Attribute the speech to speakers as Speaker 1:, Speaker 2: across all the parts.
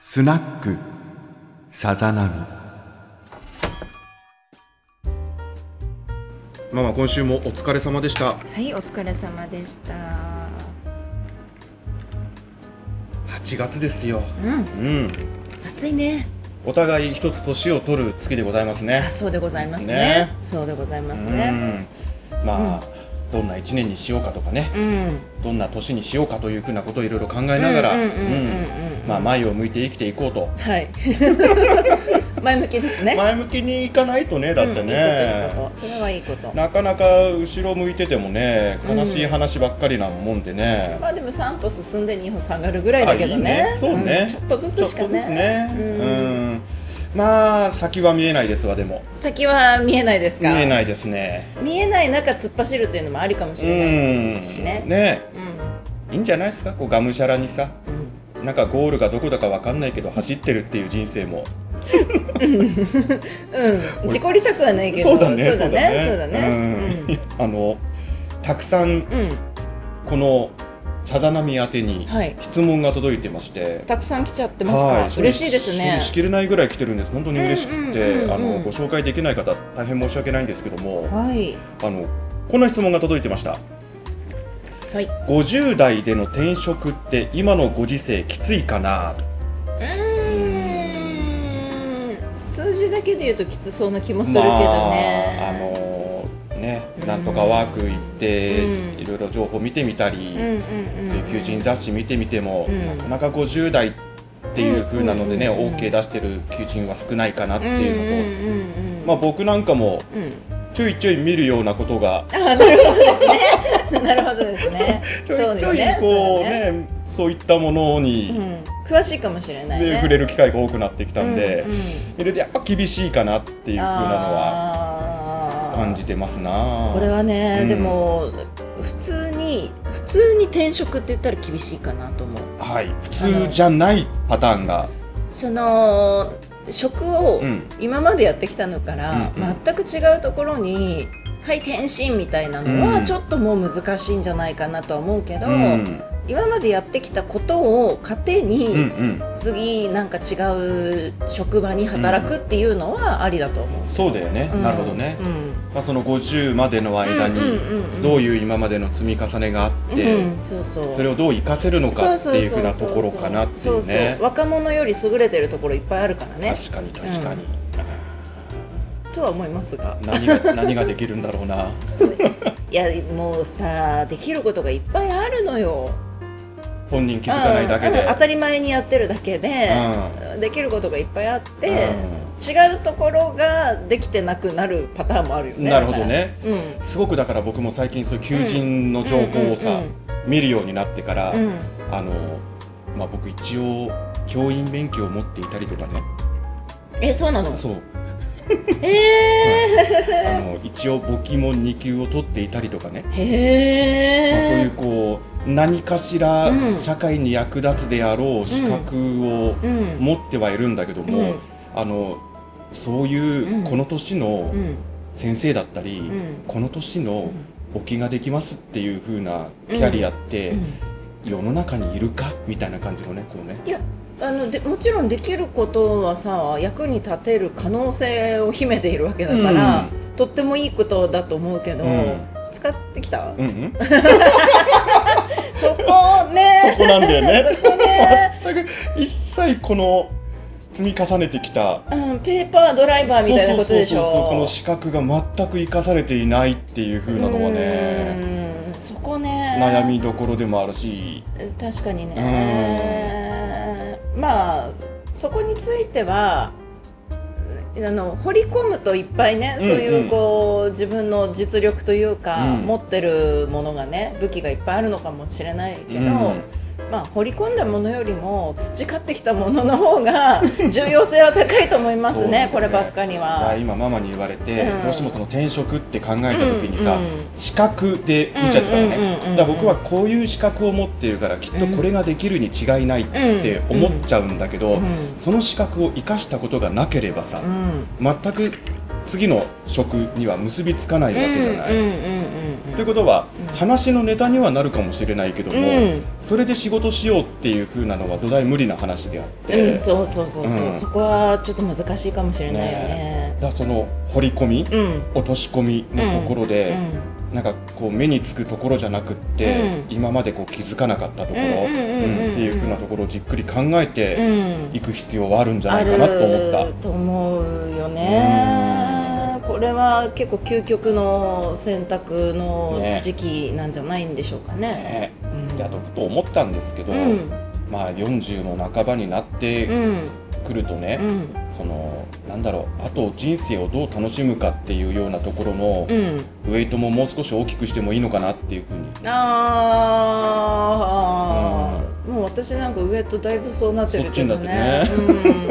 Speaker 1: スナックさざ波ママ今週もお疲れ様でした
Speaker 2: はい、お疲れ様でした。
Speaker 1: 8月ですよ
Speaker 2: うん、
Speaker 1: うん
Speaker 2: 暑いね。
Speaker 1: お互い一つ年を取る月でございますね
Speaker 2: あ、そうでございますね。
Speaker 1: ね
Speaker 2: そうでございます
Speaker 1: うん
Speaker 2: ね。
Speaker 1: まあ、どんな一年にしようかとかね
Speaker 2: うん、
Speaker 1: どんな年にしようかというふうなことをいろいろ考えながら
Speaker 2: う
Speaker 1: うん
Speaker 2: うんうん
Speaker 1: ん
Speaker 2: うんうん
Speaker 1: まあ前を向いて生きていこうと
Speaker 2: はい。前向きですね。
Speaker 1: 前向きにいかないとねだって
Speaker 2: うんいい
Speaker 1: ね
Speaker 2: こといいこと。それはいいこと。
Speaker 1: なかなか後ろ向いててもね悲しい話ばっかりなもんでね、
Speaker 2: まあでも三歩進んで二歩下がるぐらいだけどね。
Speaker 1: あいいそうね、
Speaker 2: んちょっとずつしか
Speaker 1: ちょっとずつ
Speaker 2: ね。
Speaker 1: ねうん、まあ先は見えないですわでも
Speaker 2: 先は見えないです
Speaker 1: 見
Speaker 2: か。
Speaker 1: えないですね
Speaker 2: 見えない中突っ走るっていうのもありかもし
Speaker 1: う
Speaker 2: れ
Speaker 1: ん
Speaker 2: しね
Speaker 1: いいんじゃないですかこうがむしゃらにさ
Speaker 2: ない。うん。
Speaker 1: なんかゴールがどこだかわかんないけど走ってるっていう人生も
Speaker 2: うん。事故りたくはないけど。
Speaker 1: そうだね
Speaker 2: そうだね。そうだね。
Speaker 1: うんあのたくさん
Speaker 2: うん。うん。
Speaker 1: このさざ波宛てに
Speaker 2: はい
Speaker 1: 質問が届いてまして、
Speaker 2: たくさん来ちゃってますか。嬉しいです
Speaker 1: 処
Speaker 2: ね
Speaker 1: 理。しきれないぐらい来てるんです本当に嬉しく
Speaker 2: うんうんう
Speaker 1: て
Speaker 2: んうん
Speaker 1: あのご紹介できない方大変申し訳ないんですけども
Speaker 2: はい。
Speaker 1: あのこんな質問が届いてました
Speaker 2: はい。
Speaker 1: 50代での転職って今のご時世きついかな
Speaker 2: うーん数字だけで言うときつそうな気もするけど
Speaker 1: まあ、あ
Speaker 2: ね。
Speaker 1: のね
Speaker 2: うん
Speaker 1: なんとかワーク行って、
Speaker 2: うん
Speaker 1: いろいろ情報見てみたり、
Speaker 2: うんうんうん
Speaker 1: 水球人雑誌見てみても、
Speaker 2: うん
Speaker 1: なかなか50代っていう風なのでね、
Speaker 2: うんうんうんうん
Speaker 1: OK 出してる求人は少ないかなって
Speaker 2: うん
Speaker 1: いうのと、
Speaker 2: うんうんうん
Speaker 1: まあ、僕なんかも
Speaker 2: うん
Speaker 1: ちょいちょい見るようなことが
Speaker 2: あなるほどですね。 なるほどですね。
Speaker 1: ち
Speaker 2: そ
Speaker 1: ょ
Speaker 2: う
Speaker 1: い
Speaker 2: だ
Speaker 1: ちょ
Speaker 2: よ
Speaker 1: い
Speaker 2: ね。
Speaker 1: こう
Speaker 2: そうだね。
Speaker 1: ねそういったもの
Speaker 2: う
Speaker 1: に、
Speaker 2: ん詳しいかもしれない
Speaker 1: ね
Speaker 2: ね。
Speaker 1: 触れる機会が多くなってきたんで。
Speaker 2: うんうん
Speaker 1: 入れてやっぱ厳しいかなっていう風なのは
Speaker 2: あー
Speaker 1: 感じてますな
Speaker 2: これはね、
Speaker 1: うん
Speaker 2: でも普通に普通に転職って言ったら厳しいかなと思う。
Speaker 1: はい普通じゃないパターンが
Speaker 2: その職を
Speaker 1: うん
Speaker 2: 今までやってきたのから、
Speaker 1: うんうん
Speaker 2: 全く違うところに「はい転身」みたいなの
Speaker 1: う
Speaker 2: は
Speaker 1: ん
Speaker 2: ちょっともう難しいんじゃないかなとは思うけど、
Speaker 1: うん
Speaker 2: 今までやってきたことを糧
Speaker 1: うんう
Speaker 2: に
Speaker 1: ん
Speaker 2: 次なんか違う職場に働くっていうのはありだと思う。
Speaker 1: そうだよね、
Speaker 2: うん
Speaker 1: なるほどね
Speaker 2: う、ん
Speaker 1: まあ、その50までの間
Speaker 2: うん
Speaker 1: に
Speaker 2: うんうんうん
Speaker 1: どういう今までの積み重ねがあって、
Speaker 2: うんそうそう
Speaker 1: それをどう活かせるのかっていうふうなところかなってい
Speaker 2: そううそう
Speaker 1: ね
Speaker 2: 若者より優れてるところいっぱいあるからね
Speaker 1: 確かに確かに、
Speaker 2: とは思いますが
Speaker 1: 何 が何ができるんだろうな
Speaker 2: いやもうさできることがいっぱいあるのよ
Speaker 1: 本人気づかないだけ
Speaker 2: うん
Speaker 1: で
Speaker 2: うん当たり前にやってるだけで、できることがいっぱいあって、違うところができてなくなるパターンもあるよ
Speaker 1: うん
Speaker 2: ね
Speaker 1: なるほどね
Speaker 2: だから
Speaker 1: すごくだから僕も最近そういう求人の情報をさ、
Speaker 2: うんうん
Speaker 1: 見るようになってから、
Speaker 2: うん、うん、
Speaker 1: あのまあ僕一応教員免許を持っていたりとかね
Speaker 2: えそうなの
Speaker 1: そう
Speaker 2: ええ
Speaker 1: あの一応簿記も2級を取っていたりとかね、
Speaker 2: ー、へ
Speaker 1: まあ、そうい
Speaker 2: え
Speaker 1: うこう何かしら
Speaker 2: うん
Speaker 1: 社会に役立つであろう資格を
Speaker 2: うん
Speaker 1: 持ってはいるんだけども、
Speaker 2: うん
Speaker 1: あのそういううんこの年の
Speaker 2: うん
Speaker 1: 先生だったり、
Speaker 2: ん
Speaker 1: この年
Speaker 2: う
Speaker 1: の
Speaker 2: ん
Speaker 1: 簿記ができますっていう風なキャリアって、
Speaker 2: うん
Speaker 1: 世の中にいるかみたいな感じのねこうね
Speaker 2: いやあのでもちろんできることはさ役に立てる可能性を秘めているわけだから、とってもいいことだと思うけど、
Speaker 1: うん
Speaker 2: 使ってきた、
Speaker 1: うんうん
Speaker 2: そこね
Speaker 1: そこなんだよね
Speaker 2: そこね、
Speaker 1: 全く一切この積み重ねてきた
Speaker 2: うん、ペーパードライバーみたいなことでしょ
Speaker 1: そうそうそうそうこの資格が全く生かされていないっていう風なのはね
Speaker 2: うんそこね
Speaker 1: 悩みどころでもあるし
Speaker 2: 確かにねまあそこについてはあの掘り込むといっぱいね、
Speaker 1: うん
Speaker 2: そういうこう自分の実力というか、
Speaker 1: うん
Speaker 2: 持ってるものがね武器がいっぱいあるのかもしれないけ
Speaker 1: う
Speaker 2: ど、
Speaker 1: ん
Speaker 2: まあ掘り込んだものよりも培ってきたものの 方が重要性は高いと思います
Speaker 1: そう
Speaker 2: ね
Speaker 1: だね
Speaker 2: こればっかり
Speaker 1: だから
Speaker 2: は。
Speaker 1: 今ママに言われて、
Speaker 2: うん
Speaker 1: どうしてもその転職って考えた時にさ、
Speaker 2: うんうん
Speaker 1: 資格で見ちゃってたのね、
Speaker 2: うんうんうんうん
Speaker 1: だから僕はこういう資格を持ってるからきっとこれができるに違いないって思っちゃうんだけど、
Speaker 2: うん
Speaker 1: その資格を生かしたことがなければさ、
Speaker 2: うん
Speaker 1: 全く次の職には結びつかないわけじゃない。
Speaker 2: うんうんうんうん
Speaker 1: ということは、
Speaker 2: うん
Speaker 1: 話のネタにはなるかもしれないけども、
Speaker 2: うん
Speaker 1: それで仕事しようっていう風なのは土台無理な話であって、
Speaker 2: うん、そうそうそうそう、
Speaker 1: うん
Speaker 2: そこはちょっと難しいかもしれないよ
Speaker 1: ね
Speaker 2: ね
Speaker 1: だからその掘り込み、
Speaker 2: うん
Speaker 1: 落とし込みのところ
Speaker 2: う
Speaker 1: で、
Speaker 2: ん
Speaker 1: なんかこう目につくところじゃなくって、
Speaker 2: う
Speaker 1: 今までこう気づかなかったところ、
Speaker 2: うんうんうんうんうん
Speaker 1: っていう風なところをじっくり考え
Speaker 2: う
Speaker 1: て
Speaker 2: ん
Speaker 1: いく必要はあるんじゃな
Speaker 2: あ
Speaker 1: いかなと思った。
Speaker 2: ると思うよねこれは結構究極の選択の
Speaker 1: ね
Speaker 2: 時期なんじゃないんでしょうかね
Speaker 1: ね
Speaker 2: うん
Speaker 1: であとふと思ったんですけど、
Speaker 2: うん
Speaker 1: まあ40の半ばになっ
Speaker 2: う
Speaker 1: て
Speaker 2: ん
Speaker 1: くるとね、
Speaker 2: うん
Speaker 1: そのなんだろうあと人生をどう楽しむかっていうようなところの
Speaker 2: うん
Speaker 1: ウェイトももう少し大きくしてもいいのかなっていうふうに
Speaker 2: あーもう私なんかウエットだいぶそうなってるけどね
Speaker 1: そ
Speaker 2: うん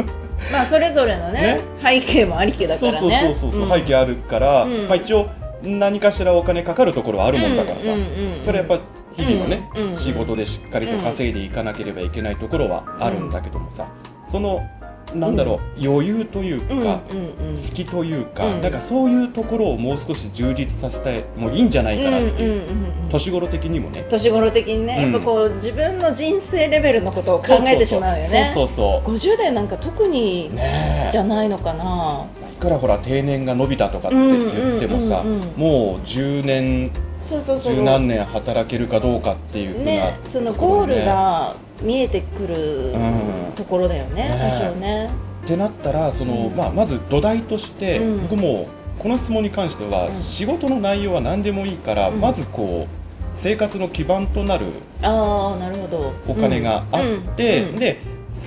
Speaker 2: まあそれぞれのね背景もありきだか
Speaker 1: そう
Speaker 2: ら
Speaker 1: そうそう
Speaker 2: ね
Speaker 1: そうそう、
Speaker 2: うん
Speaker 1: 背景あるから、
Speaker 2: うん
Speaker 1: まあ、一応何かしらお金かかるところはあるもんだからさ、
Speaker 2: うんうんうん
Speaker 1: それやっぱ日々のね、
Speaker 2: うんうん
Speaker 1: 仕事でしっかりと稼いでいかなければいけないところはあるんだけどもさ、そのなんだろう、余裕という
Speaker 2: うんうん
Speaker 1: か、
Speaker 2: うん
Speaker 1: 好きというか、
Speaker 2: うん
Speaker 1: なんかそういうところをもう少し充実させたいもういいんじゃないかなっていう、
Speaker 2: うんうんうんうん
Speaker 1: 年頃的にもね
Speaker 2: 年頃的にね、
Speaker 1: うん
Speaker 2: やっぱこう自分の人生レベルのことを考えてしまうよね
Speaker 1: そうそうそう
Speaker 2: 50代なんか特に
Speaker 1: ねえ
Speaker 2: じゃないのかな、
Speaker 1: いくらほら定年が伸びたとかって言ってもさ、
Speaker 2: うんうんうんうん
Speaker 1: もう10年
Speaker 2: そうそうそう
Speaker 1: 十
Speaker 2: そう
Speaker 1: 何年働けるかどうかっていうふうな、
Speaker 2: ねそのゴールが見えてくる
Speaker 1: うん
Speaker 2: ところだよね、
Speaker 1: ね
Speaker 2: 多少ね
Speaker 1: ってなったらその、
Speaker 2: うん
Speaker 1: まあ、まず土台として、
Speaker 2: うん
Speaker 1: 僕もこの質問に関しては、
Speaker 2: うん
Speaker 1: 仕事の内容は何でもいいから、
Speaker 2: うん
Speaker 1: まずこう生活の基盤となる
Speaker 2: ああなるほど
Speaker 1: お金があって、
Speaker 2: うんうんうん
Speaker 1: で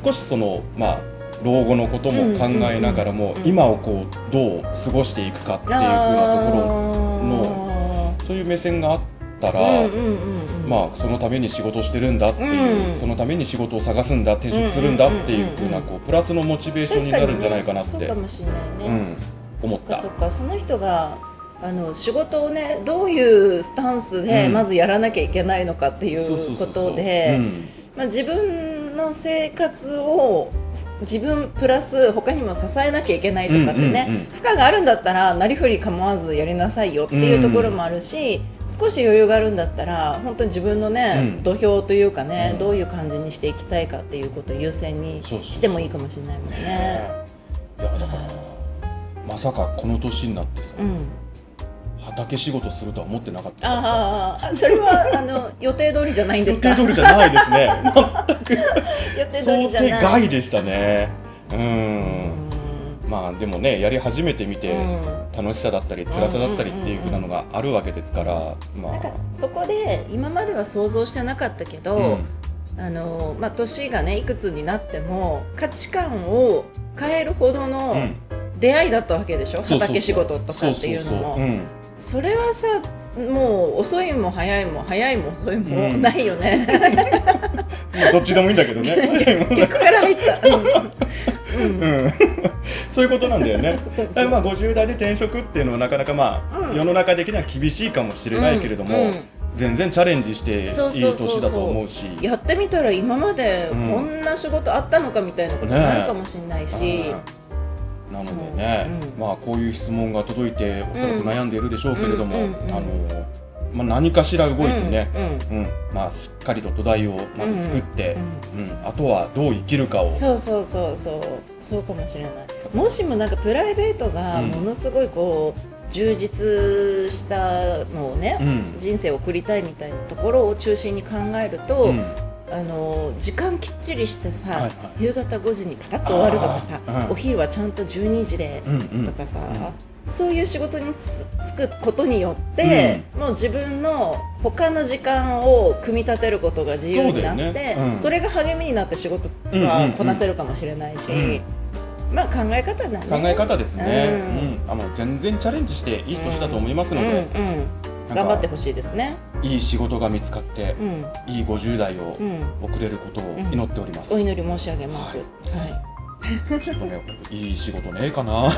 Speaker 1: 少しそのまあ老後のことも考えながらも、
Speaker 2: うんうんうん
Speaker 1: 今をこうどう過ごしていくかっていうふうなところのそういう目線があったら、
Speaker 2: あーうんうんうんうん
Speaker 1: まあ、そのために仕事をしてるんだっていう、
Speaker 2: うん
Speaker 1: そのために仕事を探すんだ転職するんだっていうふうな
Speaker 2: うんうんうん
Speaker 1: こ
Speaker 2: うん
Speaker 1: うプラスのモチベーション
Speaker 2: 確
Speaker 1: に
Speaker 2: か
Speaker 1: な
Speaker 2: に
Speaker 1: るんじゃないかなっ
Speaker 2: ね、
Speaker 1: て、
Speaker 2: そうかもしれないね、
Speaker 1: うん、思った
Speaker 2: そっかそっかその人があの仕事をねどういうスタンスで
Speaker 1: うん
Speaker 2: まずやらなきゃいけないのかってい
Speaker 1: そうそう
Speaker 2: う
Speaker 1: そ
Speaker 2: こ
Speaker 1: うそう
Speaker 2: とで
Speaker 1: うん
Speaker 2: まあ自分の生活を自分プラス他にも支えなきゃいけないとかってね、
Speaker 1: うんうんうん
Speaker 2: 負荷があるんだったらなりふり構わずやりなさいよっていうところもあるし、少し余裕があるんだったら本当に自分のね、
Speaker 1: うん
Speaker 2: 土俵というかね、
Speaker 1: うん
Speaker 2: どういう感じにしていきたいかっていうことを優先に
Speaker 1: そうそうそう
Speaker 2: してもいいかもしれないもんね。
Speaker 1: ねえいやだからまさかこの年になってさ、
Speaker 2: うん
Speaker 1: 畑仕事するとは思ってなかった
Speaker 2: ああ、そ れはあの予定通りじゃないんで
Speaker 1: 予
Speaker 2: すか。
Speaker 1: 定通りじゃないですね
Speaker 2: 予定通り
Speaker 1: 想
Speaker 2: じゃな
Speaker 1: 定
Speaker 2: い。
Speaker 1: 外でしたねうん
Speaker 2: うん
Speaker 1: まあでもねやり始めてみて、
Speaker 2: うん
Speaker 1: 楽しさだったり辛さだったりっていうふうなのがあるわけですから、ま
Speaker 2: なんか
Speaker 1: あ
Speaker 2: そこで今までは想像してなかったけど、
Speaker 1: うん
Speaker 2: あのまあ年がねいくつになっても価値観を変えるほどの
Speaker 1: うん
Speaker 2: 出会いだったわけでしょ。
Speaker 1: そうそうそう
Speaker 2: 畑仕事とかっていうのも。
Speaker 1: そ
Speaker 2: そ
Speaker 1: そそうん
Speaker 2: れはさ。もう遅いも早いも早いも遅いも
Speaker 1: うん
Speaker 2: ないよね、
Speaker 1: まあどっちでもいいんだけど ね
Speaker 2: 逆から入った、うん うん
Speaker 1: うんそういうことなんだよね
Speaker 2: そうそ
Speaker 1: だ
Speaker 2: う
Speaker 1: からまあ50代で転職っていうのはなかなかまあ、
Speaker 2: うん
Speaker 1: 世の中的には厳しいかもしれないけれども、
Speaker 2: うんうん
Speaker 1: 全然チャレンジしていい
Speaker 2: そうそうそうそう
Speaker 1: 年だと思うし
Speaker 2: やってみたら今まで
Speaker 1: うん
Speaker 2: こんな仕事あったのかみたいなことになるかもしれないし、
Speaker 1: うんなのでね、
Speaker 2: そううん
Speaker 1: まあこういう質問が届いておそらく悩んでいるでしょうけれども、
Speaker 2: うんうんうんうん
Speaker 1: あのまあ何かしら動いてね、
Speaker 2: うんうん
Speaker 1: うんまあ、しっかりと土台をまず作って、うんあとはどう生きるかを
Speaker 2: そうそうそうそうそうかもしれないもしもなんかプライベートが
Speaker 1: うん
Speaker 2: ものすごいこう充実したのをね、
Speaker 1: ん
Speaker 2: 人生を送りたいみたいなところを中心に考えると、
Speaker 1: うん
Speaker 2: あの時間きっちりしてさ、
Speaker 1: はいはい
Speaker 2: 夕方5時にパタッと終わるとかさ、
Speaker 1: あーうん
Speaker 2: お昼はちゃんと12時で
Speaker 1: うんうん
Speaker 2: とかさ、そういう仕事につつくことによって、もう自分の他の時間を組み立てることが自由になって
Speaker 1: そう
Speaker 2: そ,、
Speaker 1: だよねうん
Speaker 2: れが励みになって仕事
Speaker 1: うんうんうん
Speaker 2: はこなせるかもしれないし、
Speaker 1: うん
Speaker 2: まあ考え方だね
Speaker 1: 考え方ですね、
Speaker 2: うん
Speaker 1: うんあの全然チャレンジしていい年だと思いますので、
Speaker 2: うんうん
Speaker 1: なんか
Speaker 2: 頑張ってほしいですね
Speaker 1: いい仕事が見つかって、
Speaker 2: うん
Speaker 1: いい50代を
Speaker 2: うん
Speaker 1: 送れることを祈っております、
Speaker 2: お祈り申し上げます、
Speaker 1: は
Speaker 2: はい
Speaker 1: ちょっとねいい仕事ねえかな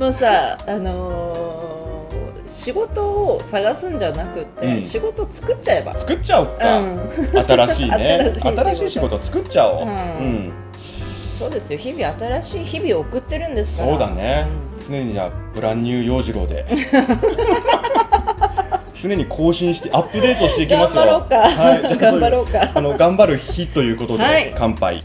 Speaker 2: もうさあのー仕事を探すんじゃなくって、
Speaker 1: うん
Speaker 2: 仕事作っちゃえば
Speaker 1: 作っちゃおうか、
Speaker 2: うん
Speaker 1: 新しいね
Speaker 2: 新しい仕
Speaker 1: 仕
Speaker 2: 事
Speaker 1: 事作っちゃおう、
Speaker 2: うん
Speaker 1: うん
Speaker 2: 仕そうですよ日々新しい日々を送ってるんですから
Speaker 1: そうだね、常にじゃあブランニュー洋次郎で 常に更新してアップデートしていきますよ
Speaker 2: 頑張ろうか
Speaker 1: はい、じゃあそういう
Speaker 2: 頑張ろうか
Speaker 1: あの頑張る日ということで、
Speaker 2: はい
Speaker 1: 乾杯